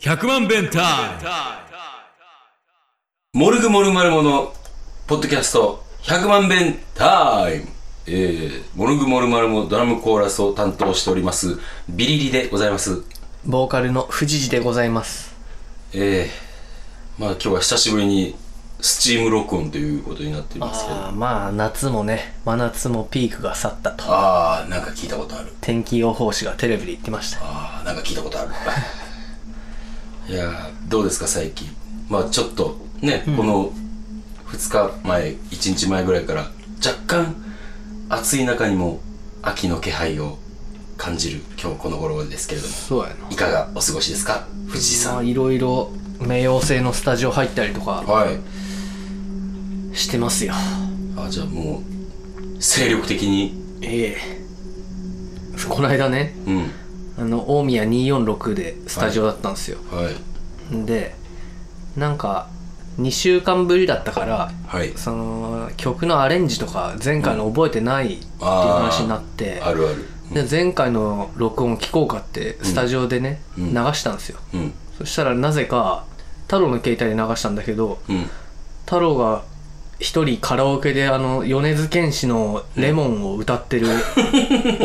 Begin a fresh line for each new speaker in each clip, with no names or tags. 100万弁タイ
モルグモルマルモのポッドキャスト100万弁タイム、えー、モルグモルマルモドラムコーラスを担当しておりますビリリでございます
ボーカルの藤次でございます。
えー、まあ今日は久しぶりにスチーム録音ということになっていますけど
あーまあ、夏もね、真夏もピークが去ったと。
あーなんか聞いたことある
天気予報士がテレビで言ってました。
あーなんか聞いたことある いやーどうですか最近まあちょっとね、この2日前1日前ぐらいから若干暑い中にも秋の気配を感じる今日この頃ですけれども
そうやな。
いかがお過ごしですか藤井さ
まあ、
ん
いろいろ、冥王星のスタジオ入ったりとか
はい
してますよ。
あじゃあもう精力的に
ええこの間ね、
うん
あの、大宮246でスタジオだったんですよ。
はい
で、なんか、2週間ぶりだったから、
はい
その曲のアレンジとか前回の覚えてないっていう話になって、
あるある
で前回の録音を聞こうかってスタジオでね、
うん
流したんですよ
うん
そしたらなぜか太郎の携帯で流したんだけど
うん
太郎が一人カラオケであの米津玄師の「レモン」を 歌ってる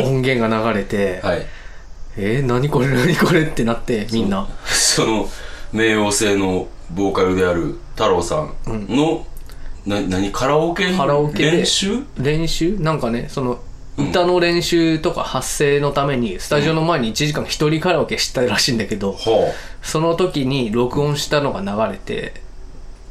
音源が流れて、
はい
えー、何これ何これってなってみんな
その冥王星のボーカルである太郎さんの、な何カラオケ
カラオケで
練習
練習なんかねその歌の練習とか発声のためにスタジオの前に1時間一人カラオケしたらしいんだけど、
は
その時に録音したのが流れて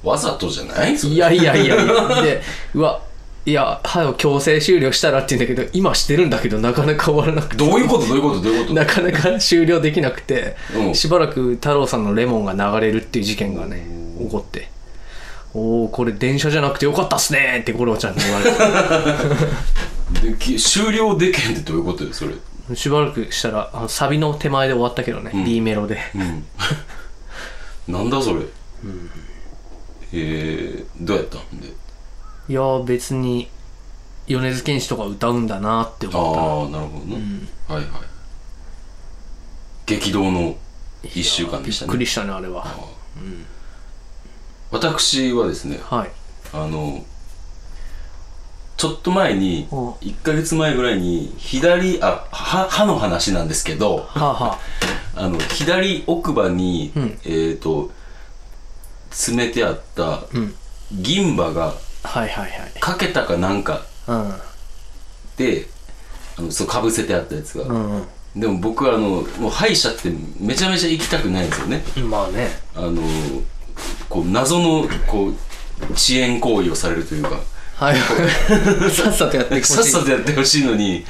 あわざとじゃないそれ
いやいやいやいや。で、うわ、いや、はよ強制終了したらって言うんだけど、今してるんだけど、なかなか終わらなくて、
どういうことどういうことどういうこと
なかなか終了できなくて、
うん
しばらく太郎さんのレモンが流れるっていう事件がね、起こって。おおこれ電車じゃなくてよかったっすねーって五郎ちゃんに言われて
でき終了できへんってどういうことよそれう
しばらくしたらあのサビの手前で終わったけどね、B メロで
ん なんだそれ、えー、どうやったんで
いやー別に米津玄師とか歌うんだなーって
あ
思った
あーなるほどね、はいはい激動の1週間で
び
し
ったく
ね
りしたねあれは
私はですね
はい
あのちょっと前に
うん
1ヶ月前ぐらいに左あ歯歯の話なんですけど
はあは
あの左奥歯に、
ん
えっ、と詰めてあった
あうん
銀歯が
はいはいはい
かけたかなんか
うん
であのそうかぶせてあったやつが、
うん
でも僕はあのもう歯医者ってめちゃめちゃ行きたくないんですよね
うんまあね
あのこう謎のこう遅延行為をされるというか
はい さっさとやってほしい
さっさとやってほしいのに、
うん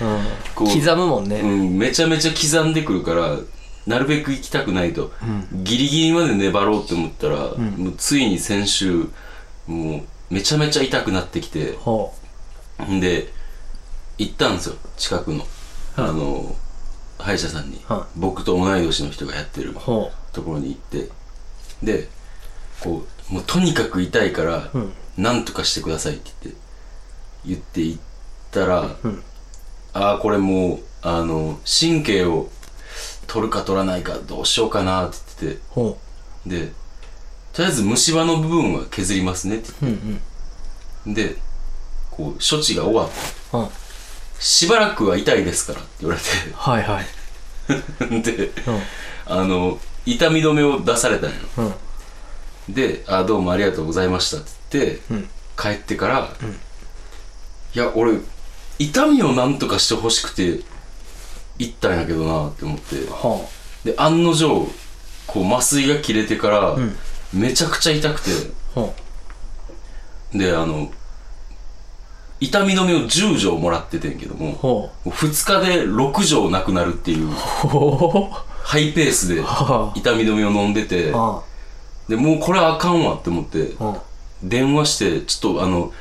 こう
刻むもんね、
うん、めちゃめちゃ刻んでくるからなるべく行きたくないと、ギリギリまで粘ろうって思ったら、もうついに先週もうめちゃめちゃ痛くなってきて
ほ
んで行ったんですよ近くの、あの歯医者さんに、
は
僕と同い年の人がやってる
うほ
ところに行ってでこうもうとにかく痛いから、
ん
なんとかしてくださいって言って言って行ったら、
うん
ああこれもうあの神経を取るか取らないかどうしようかなって言って
うほ
てでとりあえず虫歯の部分は削りますねって
ううんうん
言ってでこう処置が終わって
うん
しばらくは痛いですからって言われ
はいはい
て で
う
あの痛み止めを出されたのよ
んうん
で「あどうもありがとうございました」って言って、
ん
帰ってから、いや俺痛みをなんとかしてほしくて行ったんやけどなって思って
ほ
で案の定こう麻酔が切れてから、めちゃくちゃ痛くて
うほ
であの痛み止めを10錠もらっててんけども
うほ
2日で6錠なくなるっていう
うほ
ハイペースで
は
痛み止めを飲んでて
うあ
でもうこれあかんわって思って
あうん
電話してちょっとあの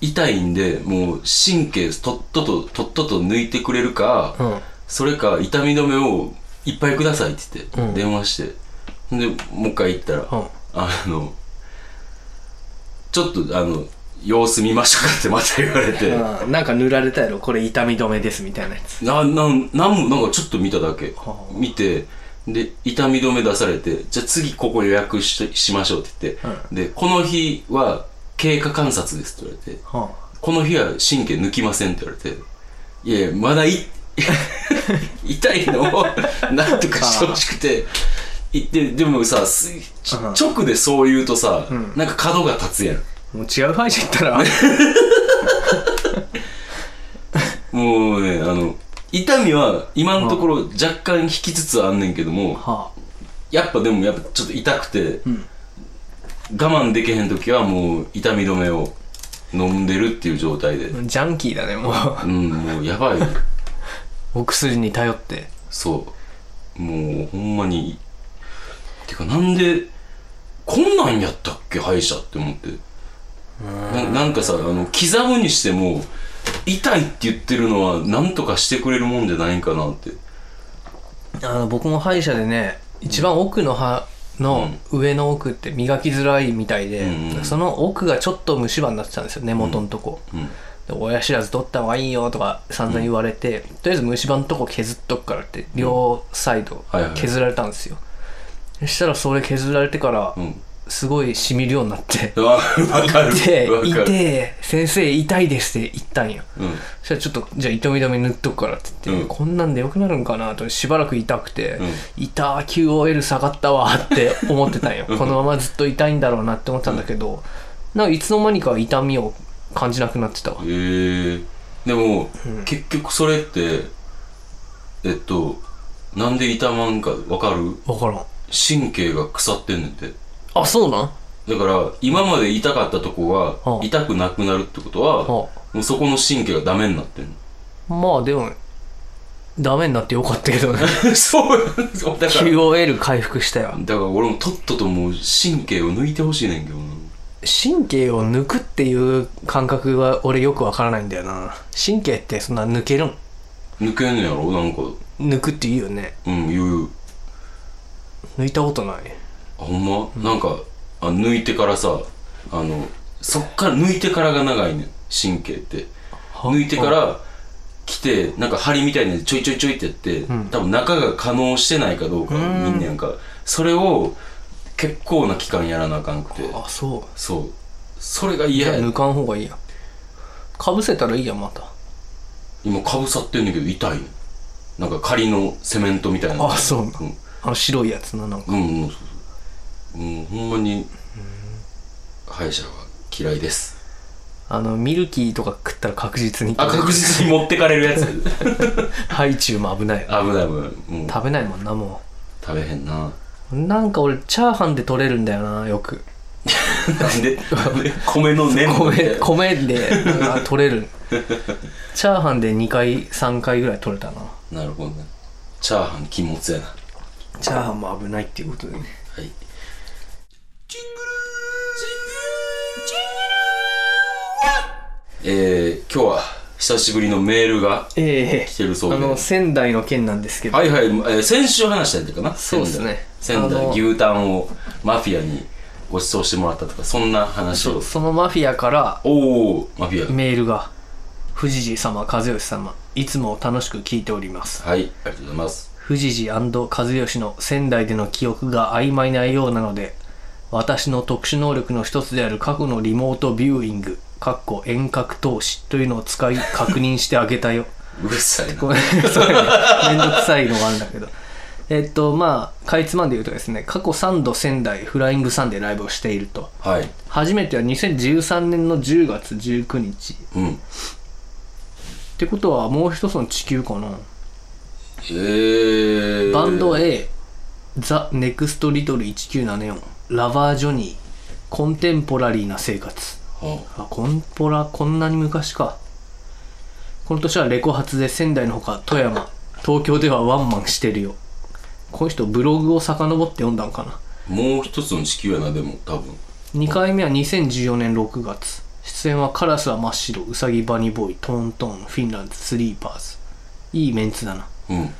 痛いんでもう神経とっとととっとと抜いてくれるか、
うん
それか痛み止めをいっぱいくださいって言って、
うん
電話してほんでもう一回行ったら、
うん
あのちょっとあの様子見ましょうかってまた言われて、
うんなんか塗られたやろこれ痛み止めですみたいなやつ
ななんなんもなんかちょっと見ただけ
はあ
見てで痛み止め出されてじゃあ次ここ予約してしましょうって言って、でこの日は経過観察ですって言われて
は
この日は神経抜きませんって言われていやいやまだい 痛いのをなんとかしてほしくて行ってでもさすち
うん
直でそう言うとさ、なんか角が立つやん
あ、もう違う歯医者行ったら
もうねあの痛みは今のところ若干引きつつあんねんけども、
は
やっぱでもやっぱちょっと痛くて、
ん
我慢できへん時はもう痛み止めを飲んでるっていう状態で
あ、ジャンキーだねもう
うんもうやばい
お薬に頼って
そうもうほんまにてかなんでこんなんやったっけ歯医者って思ってななんかさあの刻むにしても痛いって言ってるのはなんとかしてくれるもんじゃないんかなって
あの僕も歯医者でね一番奥の歯の上の奥って磨きづらいみたいで、
うんうん
その奥がちょっと虫歯になってたんですよ根元のとこ、
うん
で親知らず取った方がいいよとか散々言われて、とりあえず虫歯のとこ削っとくからって両サイド
はいはい
削られたんですよ、そしたらそれ削られてから
うん
すごいしみるようになって、
わ わかる
で
わ
「
か
痛
る
え先生痛いです」って言ったんよ
うん
そしたらちょっとじゃあ痛み止め塗っとくからって言って、
うん
こんなんでよくなるんかなとしばらく痛くて「痛ー QOL 下がったわ」って思ってたんよこのままずっと痛いんだろうなって思ってたんだけど、なんかいつの間にか痛みを感じなくなってたわ
へえでも、結局それってえっとなんで痛まんかわかる
分からん
神経が腐ってんねんて
あそうなん
だから今まで痛かったとこ
は
が
あ
痛くなくなるってことは
は
もうそこの神経がダメになってん
まあでもダメになってよかったけどね
のそうだから
QOL 回復したよ
だから俺もとっとともう神経を抜いてほしいねんけどな
神経を抜くっていう感覚は俺よくわからないんだよな神経ってそんな抜けるん
抜けんねやろなんか
抜くって言うよね
うん言う
抜いたことない
あほんま、なんかあ抜いてからさあのそっから抜いてからが長いねん神経って抜いてから来てなんか針みたいにちょいちょいちょいってやって、多分中が可能してないかどうかみんなやんかそれを結構な期間やらなあかんくて
あそう
そうそれが
じゃ
嫌
あ
や
抜かん方がいいやかぶせたらいいやまた
今かぶさってんだけど痛いねなんか仮のセメントみたいな
あそう
うん
あの白いやつななんか
うんうんそうそううんほんまに歯医者は嫌いです
あのミルキーとか食ったら確実に
あ、確実に持ってかれるやつ。危
ハイチュウも危ないよ
ない危ない。もう
食べないもんなも
食べへんな。
うなんか俺チャーハンで取れるんだよなよく
なんで、なんで米の粘土みたい
米
な
米でなんか取れるチャーハンで2回3回ぐらい取れたな
なるほどね。チャーハン禁物やな。は
チャーハンも危ないっていうことでね
い。えー、今日は久しぶりのメールが
ええ
来てるそうで。
あの仙台の件なんですけど、
はいはい、えー先週話したやつかな
そうっすね
仙台
あの
仙台牛タンをマフィアにご馳走してもらったとかそんな話
そ
を
うそのマフィアから
おおマフィ
メールが「富士寺様和義様いつも楽しく聞いております
アはいありがとうございます」
「富士寺和義の仙台での記憶が曖昧なようなので私の特殊能力の一つである過去のリモートビューイング」かっこ遠隔投資というのを使い確認してあげたよ
うるさいな
ごめんそうねめんどくさいのがあるんだけど。えっと、まあ、かいつまんで言うとですね、過去3度仙台フライングサンデーライブをしていると。
はい
初めては2013年の10月19日。っ
うん
てことは、もう一つの地球かな。
えー、
バンド A、ザ・ネクスト・リトル1974、ラバー・ジョニー、コンテンポラリーな生活。
は
あ、コンポラ、こんなに昔か。この年はレコ発で仙台のほか富山、東京ではワンマンしてるよ。この人ブログを遡って読んだんかな。
あもう一つの地球やなでも多分
2回目は2014年6月。出演はカラスは真っ白、ウサギバニボーイ、トントン、フィンランド、スリーパーズ。いいメンツだな。
うん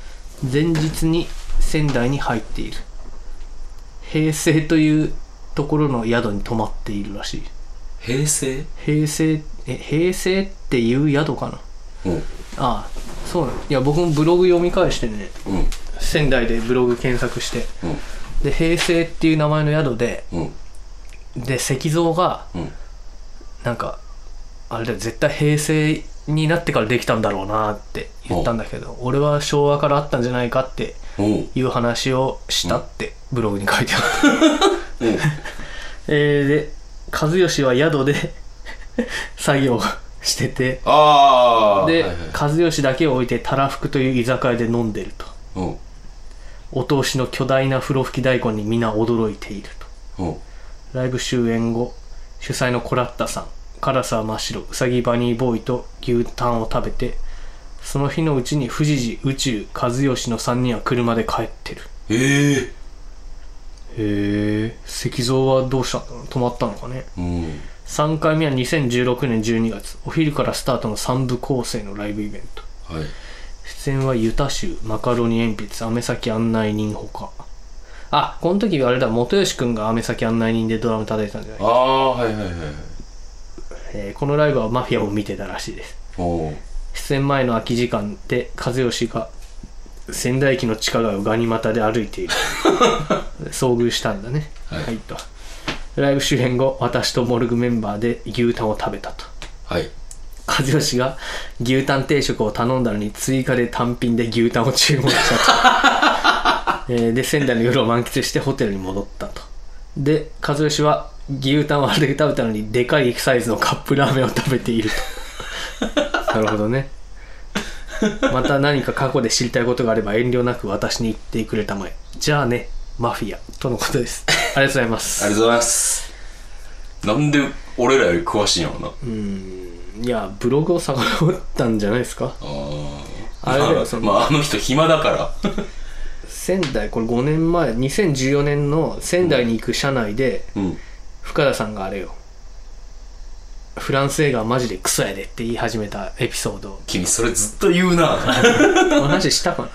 前日に仙台に入っている。平成というところの宿に泊まっているらしい。
平成
平成、え、平成っていう宿かな
うん
ああそうなのいや僕もブログ読み返してね
うん
仙台でブログ検索してで平成っていう名前の宿で
うんうん
で石像が
うん
なんかあれだよ絶対平成になってからできたんだろうなって言ったんだけど俺は昭和からあったんじゃないかって
おう
いう話をしたってブログに書いてある、
うん
えーで和義は宿で 作業をしてて
ああ
で、
はいはい
和義だけを置いてたらふくという居酒屋で飲んでると
うん
お通しの巨大な風呂吹き大根に皆驚いていると
うん
ライブ終演後主催のコラッタさんカラスは真っ白ウサギバニーボーイと牛タンを食べてその日のうちに富士寺宇宙和義の3人は車で帰ってる
ええ
へえ石像はどうしたんだろう止まったのかね
うん
3回目は2016年12月お昼からスタートの3部構成のライブイベント
はい
出演はユタ州マカロニ鉛筆飴先案内人ほかあこの時あれだ元吉君が飴先案内人でドラム叩いてたんじゃない
ああはいはいはいはい
えーこのライブはマフィアを見てたらしいです
おう
出演前の空き時間で和義が仙台駅の地下街をガニ股で歩い ている遭遇したんだね
はい
とライブ終演後私とモルグメンバーで牛タンを食べたと
はい
和義が牛タン定食を頼んだのに追加で単品で牛タンを注文した とえーで仙台の夜を満喫してホテルに戻ったとで和義は牛タンをあれだけ食べたのにでかいサイズのカップラーメンを食べていると なるほどねまた何か過去で知りたいことがあれば遠慮なく私に言ってくれたまえじゃあねマフィアとのことですありがとうございま
あり
す
がとうございますなんで俺らより詳しいんやろな
うんいやブログを遡ったんじゃないですか
あー
あれだよ
まあ
そ
ま
の
ああの人暇だから
仙台これ5年前2014年の仙台に行く車内で、
うん
深田さんがあれよフランス映画はマジでクソやでって言い始めたエピソード
君それずっと言うな
この話したかな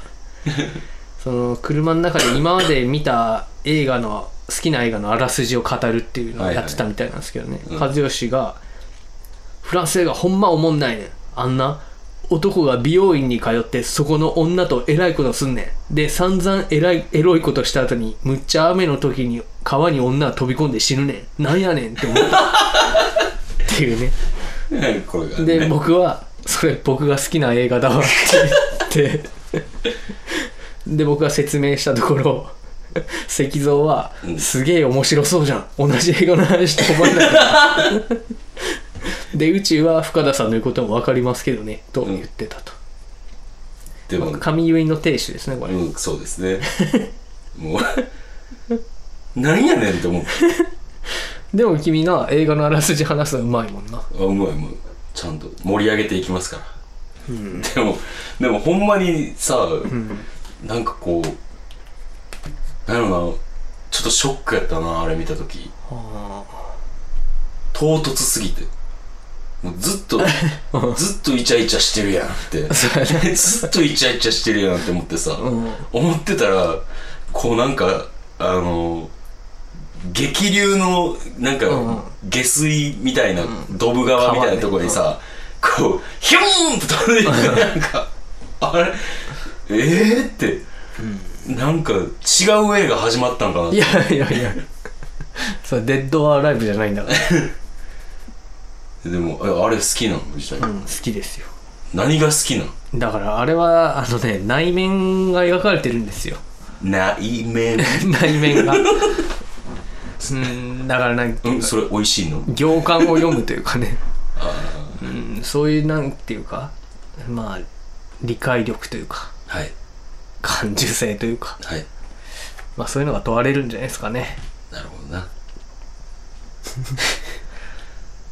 その車の中で今まで見た映画の好きな映画のあらすじを語るっていうのをやってたみたいなんですけどね、
いうん
和義がフランス映画ほんまおもんないねんあんな男が美容院に通ってそこの女とえらいことすんねんで散々えらいエロいことした後にむっちゃ雨の時に川に女は飛び込んで死ぬねんなんやねんって思ったっていうね
これが
で
ね
僕はそれ僕が好きな映画だわって言ってで僕が説明したところ石像は、
うん
すげえ面白そうじゃん同じ映画の話と思わないからで宇宙は深田さんの言うことも分かりますけどねと言ってたと、
でも
神結の亭主ですねこれ、
うんそうですね もうなんやねんって思う
でも君な映画のあらすじ話すのうまいもんな
あうまいうまいちゃんと盛り上げていきますから、でもでもほんまにさ、なんかこうなんやろなちょっとショックやったなあれ見た時唐突すぎてもうずっ とずっとイチャイチャしてるやんって ずっとイチャイチャしてるやんって思って さ、
ん
思ってたらこうなんかあの激流のなんか
うんうん
下水みたいなドブ川みたいなところにさ、こうヒューンって飛んでいってなんかあれえー、って、なんか違う映画始まったんかなっ
い
て
やいやいやそれデッド・ア・ライブじゃないんだから、
でもああれ好きなの実際、
うん、好きですよ
何が好きな の
だからあれはあのね内面が描かれてるんですよ
内面
内面がうんだからなんか
うんそれ美味しいの
行間を読むというかねうんそういうなんていうかまあ理解力というか
はい
感受性というか、
はい
まあ、そういうのが問われるんじゃないですかね、
なるほどな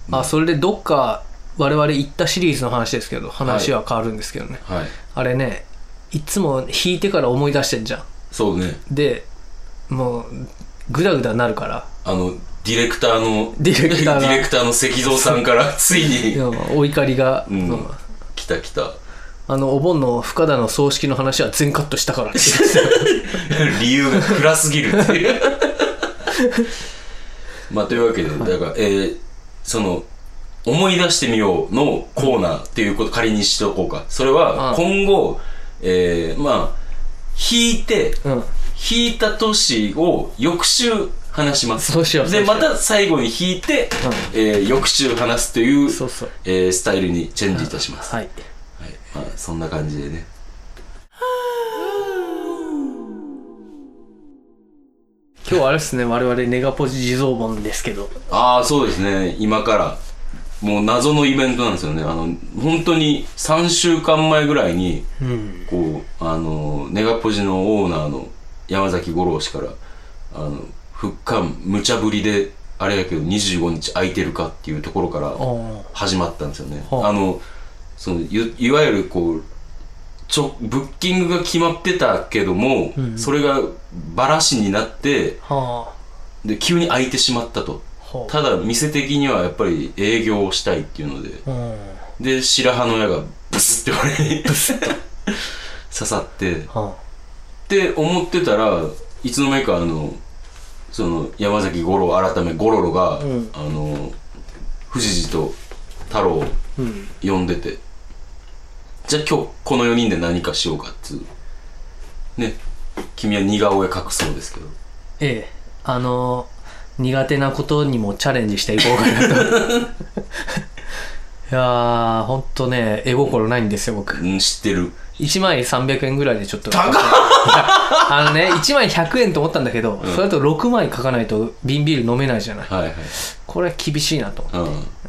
まあそれでどっか我々行ったシリーズの話ですけど話は変わるんですけどね、
はい
あれねいつも弾いてから思い出してんじゃん
そうね
でもうグダグダなるから
あのディレクターの
ディレクターが
ディレクターの石像さんから つい
い
に
やお怒りが、
うん
まあ
来た来た
あのお盆の深田の葬式の話は全カットしたからって
理由が暗すぎるっていう まあというわけでだから、えーその思い出してみようのコーナーっていうこと仮にしておこうかそれは
う
今
ん
後、えーまあ引いて、
うん
引いた年を翌週話します
そうしよう
で
そうしよ
ま
う
た最後に引いて、えー翌週話すという
そうそう
えースタイルにチェンジいたします、
はい
はいまあ、そんな感じでね
今日はあれですね我々ネガポジ地蔵本ですけど
ああそうですね今からもう謎のイベントなんですよねあの本当に3週間前ぐらいに
うん
こうあのネガポジのオーナーの山崎五郎氏からあの復刊無茶ぶりであれやけど25日空いてるかっていうところから
あー
始まったんですよね。
はあ
あのそのいいわゆるこうちょブッキングが決まってたけども、
うん
それがバラシになって
は
で急に空いてしまったと
あほ
ただ店的にはやっぱり営業をしたいっていうので
ううん
で白羽の矢がブスって俺 に刺さって
は
って思ってたらいつの間にかあのその山崎五郎改めゴロロが、
うん
あの藤次と太郎を
あうん
呼んでてじゃあ今日この4人で何かしようかっつうね君は似顔絵描くそうですけど
ええあのー苦手なことにもチャレンジしていこうかなと いやーほんとね絵心ないんですよ僕
うん知ってる
1枚300円ぐらいでちょっと高 あのね1枚100円と思ったんだけど、それだと6枚書かないと瓶ビール飲めないじゃない
はいはい
これは厳しいなと
うん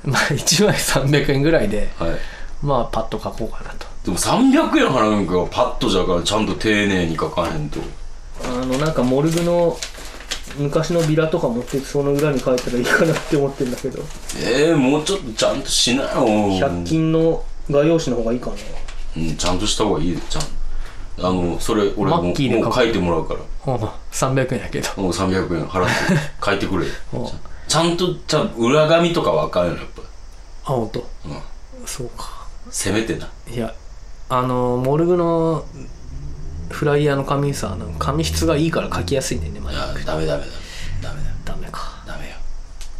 まあ1枚300円ぐらいで
はい
まあパッと書こうかなと
でも300円払うんかパッとじゃからちゃんと丁寧に書かへんと
あのなんかモルグの昔のビラとか持ってその裏に書いたらいいかなって思ってるんだけど
えー、もうちょっとちゃんとしなよ
100均の画用紙の方がいいかな
うん、ちゃんとした方がいいよちゃんあのそれ俺
マ
も
ッキーで書く
もう書いてもらうから
うん300円やけど
もう300円 払って書いてくれ
うんあ
ちゃんとちゃん裏紙とかわかんないやっぱ
本当
うん
そうか
せめてない
やあのモルグのフライヤーの紙さなんか紙質がいいから書きやすいんだよね、ま
い
あ、
やダメダメダメダメだ
ダメか
ダメよ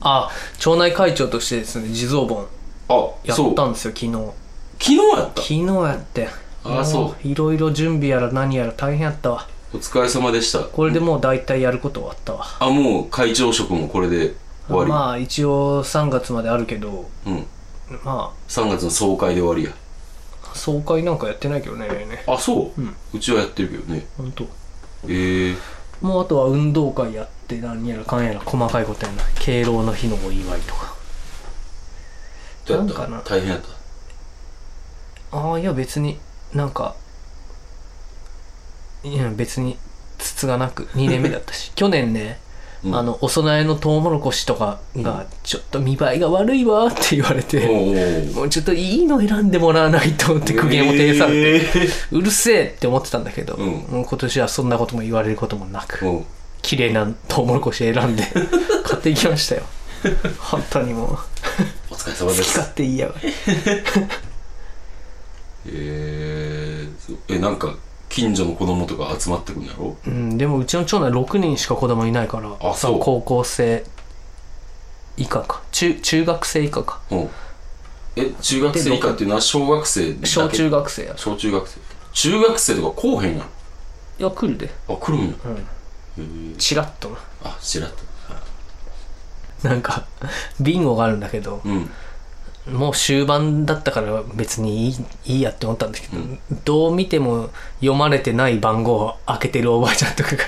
あ町内会長としてですね地蔵本
あ
や
そ
っ
う
た
昨
んですよ昨日
日やった
昨日やって
あそう
もいろいろ準備やら何やら大変やったわ
お疲れ様でした
これでもう大体やること終わったわ、
あもう会長職もこれで終わり、
まあ一応3月まであるけど
うん
ま
3月の総会で終わりや
あ総会なんかやってないけどねね
あそう、
う
うんちはやってるけどね
本当。
ええ
もうあとは運動会やって何やらかんやら細かいことやな敬老の日のお祝いとか
どうやっ
なんか
た
な
大変やった
ああいや別になんかいや別につつがなく2年目だった し去年ね、
うん
あのお供えのトウモロコシとかがちょっと見栄えが悪いわって言われて、
おうおう
もうちょっといいの選んでもらわないとって苦言を呈されて、
えー
うるせえって思ってたんだけど、
うん
もう今年はそんなことも言われることもなく
おう
綺麗なトウモロコシ 選んで買っていきましたよ本当にもう
お疲れ様
好
で
き
す
勝手言いやがって
えーそうえなんか近所の子供とか集まってくんやろ
うんでもうちの長男6人しか子供いないから
あそう
高校生以下か中中学生以下か
うんえ中学生以下っていうのは小学生だけ
小中学生や
小中学生中学生とかこうへんやろ
いや来るで
あ来るんや、
うん
えー、
チラッと
あ知らんと
ななんかビンゴがあるんだけど
うん
もう終盤だったから別にいいいいやって思ったんですけど、どう見ても読まれてない番号を開けてるおばあちゃんと かがいて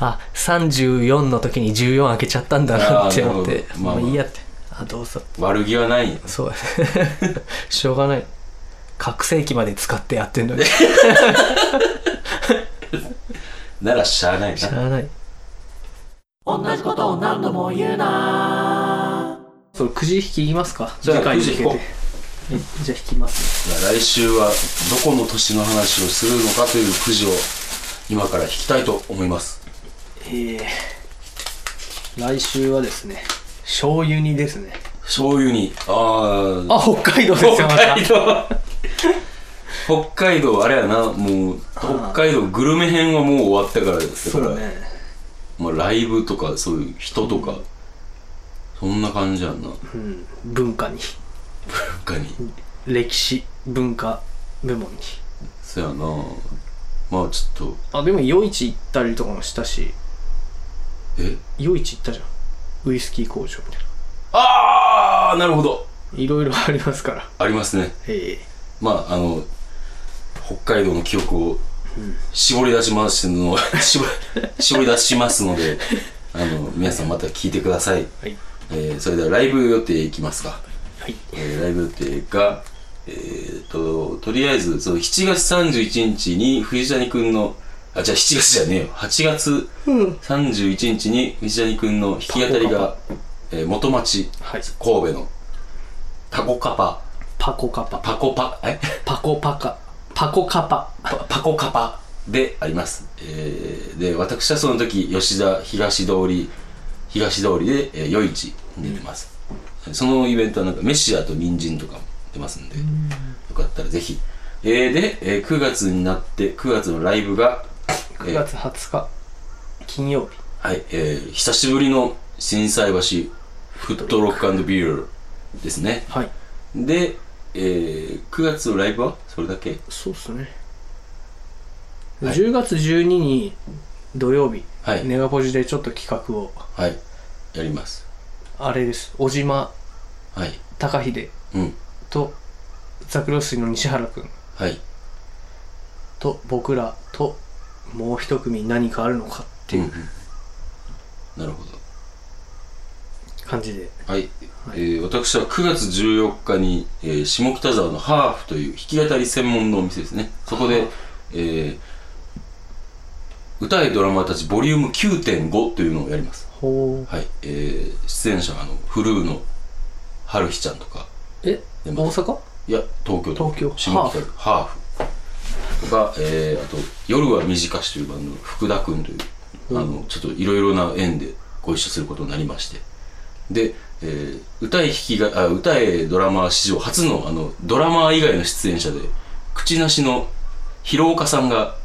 あ34の時に14開けちゃったんだなって思って
あーなるほどま
まあ
あまあ
いいやってあどうぞ
悪気はないんや
そうやね しょうがない覚醒器まで使ってやってんのにし
ならしゃあないな
ゃあない同じことを何度も言うなそれくじ引きいきますか
じゃあ
次回に向けて
くじ引こ
えじゃあ引きます
じゃあ来週はどこの年の話をするのかというくじを今から引きたいと思います
えー、来週はですね醤油煮ですね
醤油にああ
あ北海道ですよ
北
また
海道北海道あれやなもう北海道グルメ編はもう終わったからです
そ
から
うね
まあ、ライブとかそういう人とか、そんな感じやんな
うん文化に
他に
歴史文化部門に
そやなまあちょっと
あでも夜市行ったりとかもしたし
え
夜市行ったじゃんウイスキー工場みたいな
ああなるほど
いろいろありますから
ありますね
ええ
まああの北海道の記憶を絞り出しますの絞り絞り出しますのであの皆さんまた聞いてください、
はい
えーそれではライブ予定いきますか、
はい
えーライブ予定がえー、ととりあえずその7月31日に藤谷君のあじゃあ7月じゃねえよ8月31日に藤谷君の弾き語りが、えー元町
はい
神戸のタコカパ
パコカパ
パコパえ
パコパカパコカパ
パパコカパであります、えーで私はその時吉田東通り東通りで、えー、夜市に出てます、そのイベントはなんかメシアと人参とかも出ますんで、よかったらぜひ、えーで、えー9月になって9月のライブが、えー
9月20日金曜日
はい、えー久しぶりの心斎橋フットロックビューですね
はい
で、えー9月のライブはそれだけ
そうっすね、
はい
10月12に土曜日、
はい
ネガポジでちょっと企画を
はいやります
あれです小島
はい
貴秀
うん
とザクロスの西原くん
はい
と僕らともう一組何かあるのかっていう
なるほど
感じで、
はい、えー私は9月14日に、えー下北沢のハーフという弾き語り専門のお店ですねそこで、えー歌いドラマーたちボリューム9.5というのをやります
ほう
はい、えー出演者があのフルーの春日ちゃんとか
え
で
大
も
阪
いや東京
東京
下北沢ハーフとか、えーあと「夜は短し」というバンドの福田君という、あのちょっといろいろな縁でご一緒することになりましてで、えー歌え弾きがあ歌えドラマー史上初のあのドラマー以外の出演者で口なしの広岡さんが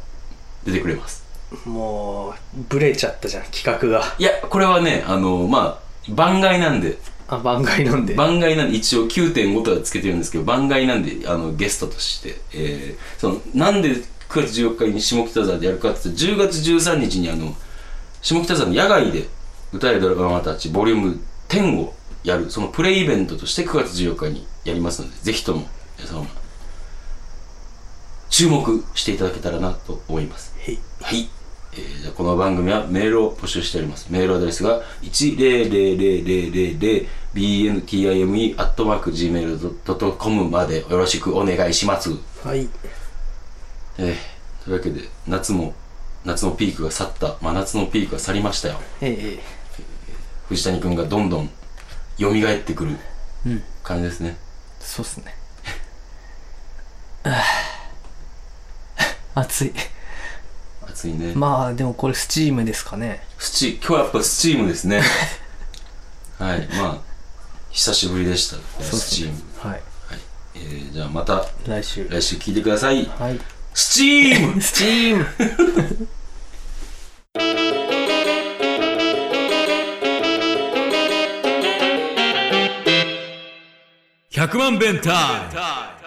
出てくれます
もうブレちゃったじゃん企画が
いやこれはねあのまあ番外なんで
あ番外なんで
番外なんで一応9.5とはつけてるんですけど番外なんであのゲストとして、えーそのなんで9月14日に下北沢でやるかって言ったら10月13日にあの下北沢の野外で歌えドラマたちボリューム10をやるそのプレイイベントとして9月14日にやりますのでぜひとも皆様注目していただけたらなと思います
はい
はい、えーじゃあこの番組はメールを募集しておりますメールアドレスが 1000000bntime.gmail.com までよろしくお願いします、
はい
えーというわけで夏も夏のピークが去った真夏のピークが去りましたよ
ええ
藤谷君がどんどん蘇ってくる
うん
感じですね、
そうっすね あー暑い
暑いね、
まあでもこれスチームですかね
スチ今日はやっぱスチームです ねはいまあ久しぶりでした、
そうっ
スチ
す
ー
ね
ム、
はい
えーじゃあまた
来週
来週聞いてください。
はい
スチーム
スチーム
100万弁タイム